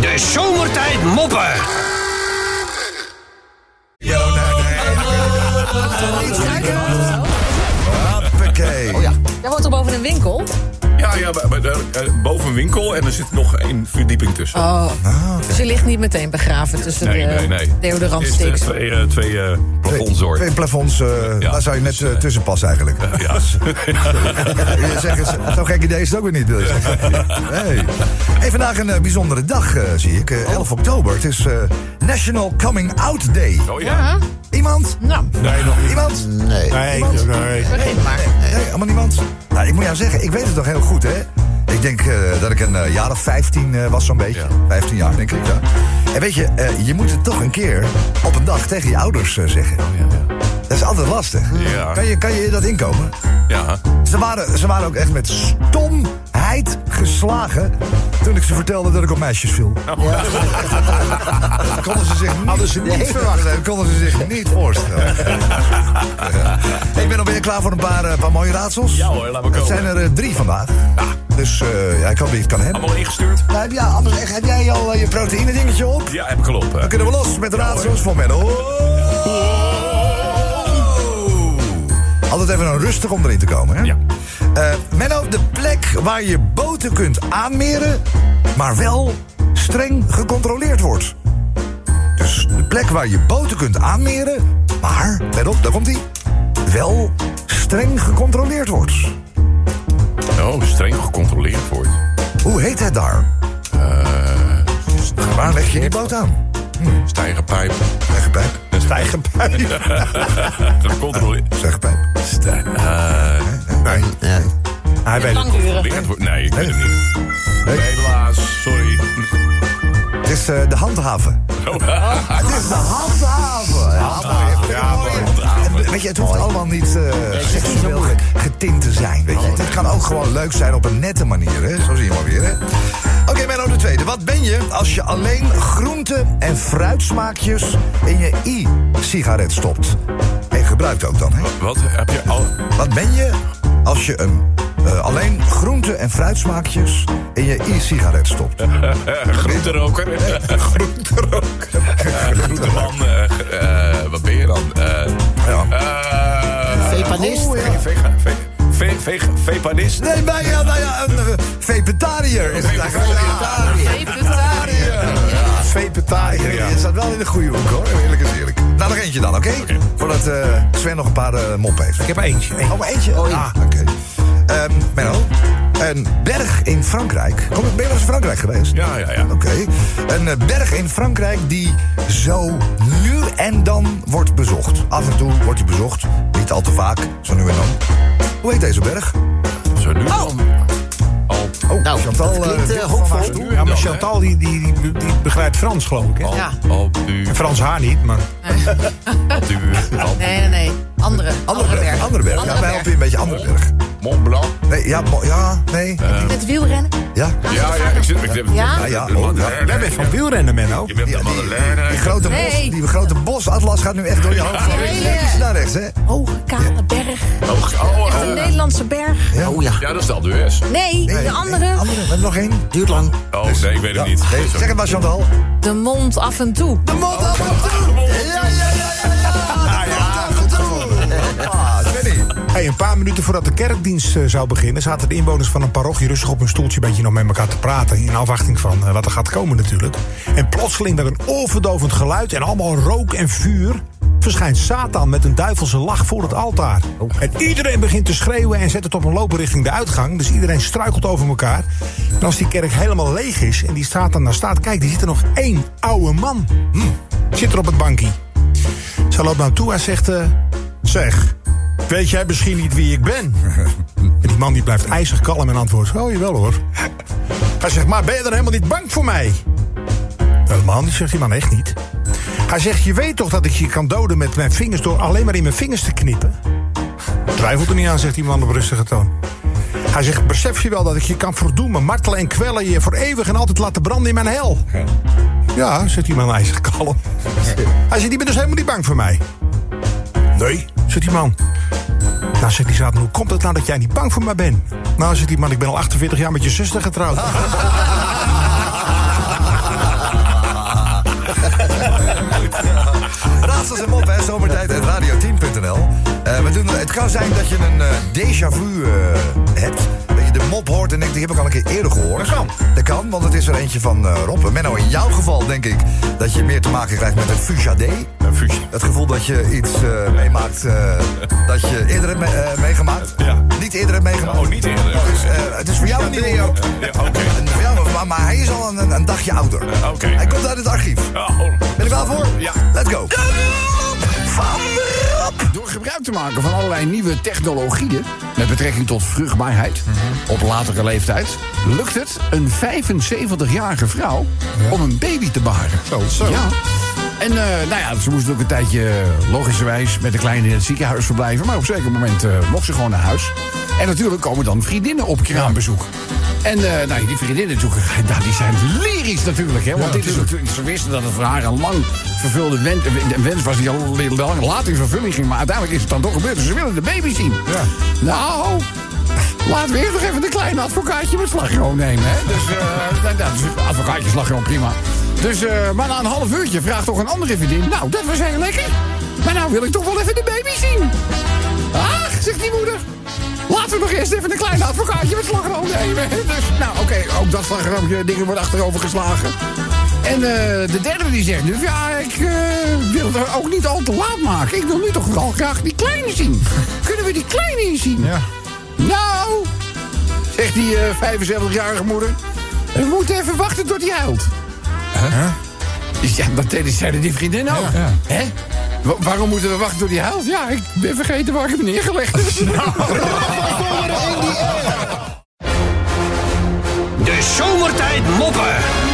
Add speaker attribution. Speaker 1: De zomertijd moppen.
Speaker 2: Hoppakee. Oh ja.
Speaker 3: Jij woont toch boven een winkel?
Speaker 4: Ja, ja maar- maar daar, eh, boven een winkel en er zit nog een verdieping tussen.
Speaker 3: Oh, dus je ligt niet meteen begraven tussen
Speaker 4: nee,
Speaker 3: de
Speaker 4: nee, nee. Het is, eh,
Speaker 3: deodorantsticks.
Speaker 4: twee eh, twee eh plafonds hoor.
Speaker 2: Twee plafonds, eh,
Speaker 4: Ja.
Speaker 2: daar zou je net eh, tussen passen eigenlijk.
Speaker 4: Ja.
Speaker 2: Je zegt, zo'n gek idee is het ook weer niet, wil je zeggen. Hey. Hey, vandaag een eh, bijzondere dag, eh, zie ik. Eh, 11 oktober. Het is eh, National Coming Out Day.
Speaker 4: Oh ja.
Speaker 2: Iemand?
Speaker 3: Nou,
Speaker 2: Nee, nog Iemand? Nee. Iemand?
Speaker 3: begin maar.
Speaker 2: Nee, helemaal niemand. Nou, ik moet jou zeggen, ik weet het nog heel goed, hè. Ik denk eh, dat ik een eh, jaar of 15 eh, was zo'n beetje.
Speaker 4: Ja.
Speaker 2: 15 jaar, denk ik, ja. En weet je, eh, je moet het toch een keer op een dag tegen je ouders eh, zeggen. Dat is altijd lastig.
Speaker 4: Oh, Ja.
Speaker 2: Kan, je, kan je dat inkomen?
Speaker 4: Ja.
Speaker 2: Ze waren, ze waren ook echt met stomheid geslagen toen ik ze vertelde dat ik op meisjes viel.
Speaker 4: Nou,
Speaker 2: Dat konden ze zich niet, niet verwachten. Dat konden ze zich niet voorstellen. Hey, ik ben alweer klaar voor een paar, eh, paar mooie raadsels.
Speaker 4: Ja hoor, laat maar
Speaker 2: Het
Speaker 4: komen.
Speaker 2: zijn er eh, drie vandaag. Dus eh, ja, ik hoop dat je het kan hebben.
Speaker 4: Allemaal ingestuurd?
Speaker 2: Nou, heb, jij, anders, echt, heb jij al eh, je proteïne dingetje op?
Speaker 4: Ja, heb ik gelopen.
Speaker 2: Dan kunnen we los met de raadsels van Menno.
Speaker 4: Oh,
Speaker 2: Altijd even een rustig om erin te komen, hè?
Speaker 4: Ja.
Speaker 2: Eh, Menno, de plek waar je boten kunt aanmeren... maar wel streng gecontroleerd wordt. Dus de plek waar je boten kunt aanmeren... maar, let op, daar komt-ie... wel streng gecontroleerd wordt.
Speaker 4: Oh, streng gecontroleerd wordt.
Speaker 2: Hoe heet het daar?
Speaker 4: Eh,
Speaker 2: Waar leg je die boot aan?
Speaker 4: Stijgerpijp.
Speaker 2: Zeggenpijp.
Speaker 4: Stijgerpijp. gecontroleerd.
Speaker 2: Zeggenpijp.
Speaker 4: Stij- eh,
Speaker 2: Nee.
Speaker 4: Hij weet het gecontroleerd wordt. Nee, ik weet het niet.
Speaker 2: Nee.
Speaker 4: Helaas, sorry.
Speaker 2: Het is eh, de handhaven. Het is de handhaven. Ja, mooi.
Speaker 4: Ja, mooi.
Speaker 2: En Weet je, het hoeft allemaal niet eh seksueel ge- getint te zijn. Weet je. Het kan ook gewoon leuk zijn op een nette manier. Hè? Zo zie je maar weer. Hè? Oké, Menno de Tweede. Wat ben je als je alleen groente- en fruitsmaakjes in je i-sigaret stopt? En gebruikt ook dan, hè?
Speaker 4: Wat heb je al...
Speaker 2: Wat ben je als je een, eh, alleen groente- en fruitsmaakjes in je i-sigaret stopt?
Speaker 4: Groenteroker. Groenteroker. Groenteman. eh, ge- eh, Wat ben je dan? Eh,
Speaker 2: Ja.
Speaker 4: eh,
Speaker 5: Veganist.
Speaker 2: Oh, ja.
Speaker 4: Vega- vega- ve- ve- vega- Vepanist.
Speaker 2: Nee, bij ja, nou ja, een eh, vegetariër is het eigenlijk. Vegetariër. Ja. Je staat wel in de goede hoek hoor, eerlijk is eerlijk. Nou, nog eentje dan, oké? Voordat eh, Sven nog een paar eh, moppen heeft.
Speaker 1: Ik heb eentje.
Speaker 2: Oh, maar eentje? Oh, ja. Ah, oké. Ehm, Menno, een berg in Frankrijk. Kom, ben je wel eens in Frankrijk geweest?
Speaker 4: Ja, ja, ja.
Speaker 2: Oké. Een eh, berg in Frankrijk die zo nu en dan wordt bezocht. Af en toe wordt hij bezocht. Niet al te vaak, zo nu en dan. Hoe heet deze berg?
Speaker 4: Zo nu dan. Al.
Speaker 2: Oh,
Speaker 5: Nou,
Speaker 2: Chantal.
Speaker 5: dat klinkt,
Speaker 2: eh,
Speaker 5: eh,
Speaker 2: van
Speaker 5: hoopvol.
Speaker 2: haar stoel. Oh.
Speaker 1: Ja,
Speaker 4: Dan,
Speaker 1: maar
Speaker 4: hè?
Speaker 1: Chantal die, die, die, die begrijpt Frans, geloof ik. Hè?
Speaker 4: Al.
Speaker 5: Ja.
Speaker 4: Al. du-
Speaker 1: Frans haar niet, maar
Speaker 4: Al. du- Al.
Speaker 3: Nee, nee, nee. Andere. Andere berg.
Speaker 2: Andere berg. Ja, wij helpen je een beetje andere berg.
Speaker 4: Mont Blanc.
Speaker 2: Nee, ja, mo- ja, nee.
Speaker 3: Met wielrennen.
Speaker 2: Ja,
Speaker 4: Ja, ja, Eh, ik zit... Ik, heb-
Speaker 3: Ja?
Speaker 2: Ja, ja,
Speaker 4: De
Speaker 2: oh, ja.
Speaker 4: Madeleine.
Speaker 1: jij bent van wielrennen, Menno.
Speaker 4: Je bent
Speaker 2: Ja,
Speaker 4: de
Speaker 2: die-
Speaker 4: Madeleine.
Speaker 2: die grote, bos,
Speaker 3: Nee.
Speaker 2: die grote bosatlas gaat nu echt door je hoofd. Van
Speaker 3: Nee,
Speaker 2: links
Speaker 3: eh.
Speaker 2: naar rechts, hè?
Speaker 5: Oh,
Speaker 3: Hoge kale berg.
Speaker 4: Oh, oh, oh.
Speaker 3: Een Nederlandse berg.
Speaker 5: Oh ja,
Speaker 4: Ja, dat is de Aldues.
Speaker 3: Nee,
Speaker 2: Nee,
Speaker 3: de
Speaker 2: nee,
Speaker 3: andere.
Speaker 2: andere. We hebben nog één.
Speaker 5: duurt lang.
Speaker 4: Oh, nee, ik weet het
Speaker 2: Ja,
Speaker 4: niet.
Speaker 2: nee, zeg het maar, Chantal.
Speaker 3: De mond af en toe.
Speaker 2: De mond af en
Speaker 4: Oh.
Speaker 2: toe. Ja, ja, ja, ja, ja. De mond af en toe. Hoppa, Svenny.
Speaker 1: Hey, een paar minuten voordat de kerkdienst eh, zou beginnen, zaten de inwoners van een parochie rustig op hun stoeltje een beetje nog met elkaar te praten. In afwachting van eh, wat er gaat komen natuurlijk. En plotseling met een oorverdovend geluid en allemaal rook en vuur. Verschijnt Satan met een duivelse lach voor het altaar. En iedereen begint te schreeuwen en zet het op een lopen richting de uitgang. Dus iedereen struikelt over elkaar. En als die kerk helemaal leeg is en die Satan daar staat, kijk, die zit er nog één oude man. Hm, zit er op het bankje. Ze loopt naar hem toe en zegt... eh, zeg, weet jij misschien niet wie ik ben? En die man die blijft ijzig kalm en antwoordt... Oh, jawel hoor. Hij zegt, maar ben je dan helemaal niet bang voor mij? Helemaal niet, zegt die man, echt niet. Hij zegt, je weet toch dat ik je kan doden met mijn vingers... door alleen maar in mijn vingers te knippen? Twijfelt er niet aan, zegt die man op rustige toon. Hij zegt, besef je wel dat ik je kan verdoemen, martelen en kwellen... je voor eeuwig en altijd laten branden in mijn hel? Ja, zegt die man ijzig kalm. Hij zegt, je bent dus helemaal niet bang voor mij. Nee, zegt die man. Nou, zegt die Satan, hoe komt het nou dat jij niet bang voor mij bent? Nou, zegt die man, ik ben al 48 jaar met je zuster getrouwd.
Speaker 2: volgende. Eh, Het kan zijn dat je een eh, déjà vu eh, hebt. Dat je de mop hoort en denkt, die heb ik al een keer eerder gehoord.
Speaker 4: Dat kan.
Speaker 2: Dat kan, want het is er eentje van eh Rob. En Menno, in jouw geval denk ik dat je meer te maken krijgt met een fusade.
Speaker 4: Een fusie.
Speaker 2: Het gevoel dat je iets eh, meemaakt eh, dat je eerder hebt me- eh, meegemaakt.
Speaker 4: Ja.
Speaker 2: Niet eerder hebt meegemaakt.
Speaker 4: Oh, niet eerder.
Speaker 2: Dus, eh, het is voor jou een nieuwe.
Speaker 4: Ja, oké.
Speaker 2: Een- voor jou, maar, maar hij is al een, een dagje ouder.
Speaker 4: oké.
Speaker 2: Hij komt uit het archief.
Speaker 4: Oh.
Speaker 2: Ben je klaar voor?
Speaker 4: Ja.
Speaker 2: Let's go. Van Rob.
Speaker 5: Door gebruik te maken van allerlei nieuwe technologieën met betrekking tot vruchtbaarheid op latere leeftijd, lukt het een 75-jarige vrouw om een baby te baren.
Speaker 2: Zo, zo.
Speaker 5: Ja. En eh, nou ja, ze moest ook een tijdje eh, logischerwijs met de kleine in het ziekenhuis verblijven. Maar op een zeker moment eh, mocht ze gewoon naar huis. En natuurlijk komen dan vriendinnen op kraambezoek. En eh, nou, die vriendinnen natuurlijk, nou, die zijn lyrisch natuurlijk. Hè, want dit is natuurlijk, ze wisten dat het voor haar een lang vervulde wen- een wens was... die al lang laat in vervulling ging. Maar uiteindelijk is het dan toch gebeurd. Dus ze willen de baby zien. Nou, Laten we eerst nog even de kleine advocaatje met slagroom nemen. Hè? Dus, eh, nou, nou, dus advocaatje slagroom, prima. Dus, eh, maar na een half uurtje vraagt toch een andere vriendin... Nou, dat was heel lekker. Maar nou wil ik toch wel even de baby zien. Ach, zegt die moeder. Laten we nog eerst even een kleine advocaatje met slagroom nemen. Dus, nou, oké, ook dat slagroomje dingen wordt achterover geslagen. En eh, de derde die zegt nu, ja, ik eh, wil het ook niet al te laat maken. Ik wil nu toch wel graag die kleine zien. Kunnen we die kleine eens zien?
Speaker 2: Ja.
Speaker 5: Nou, zegt die eh, 75-jarige moeder. We moeten even wachten tot hij huilt. Ja, dat deden- zeiden die vriendinnen ook. Hè? Wa- waarom moeten we wachten tot hij huilt? Ja, ik ben vergeten waar ik hem neergelegd heb.
Speaker 6: De zomertijd moppen.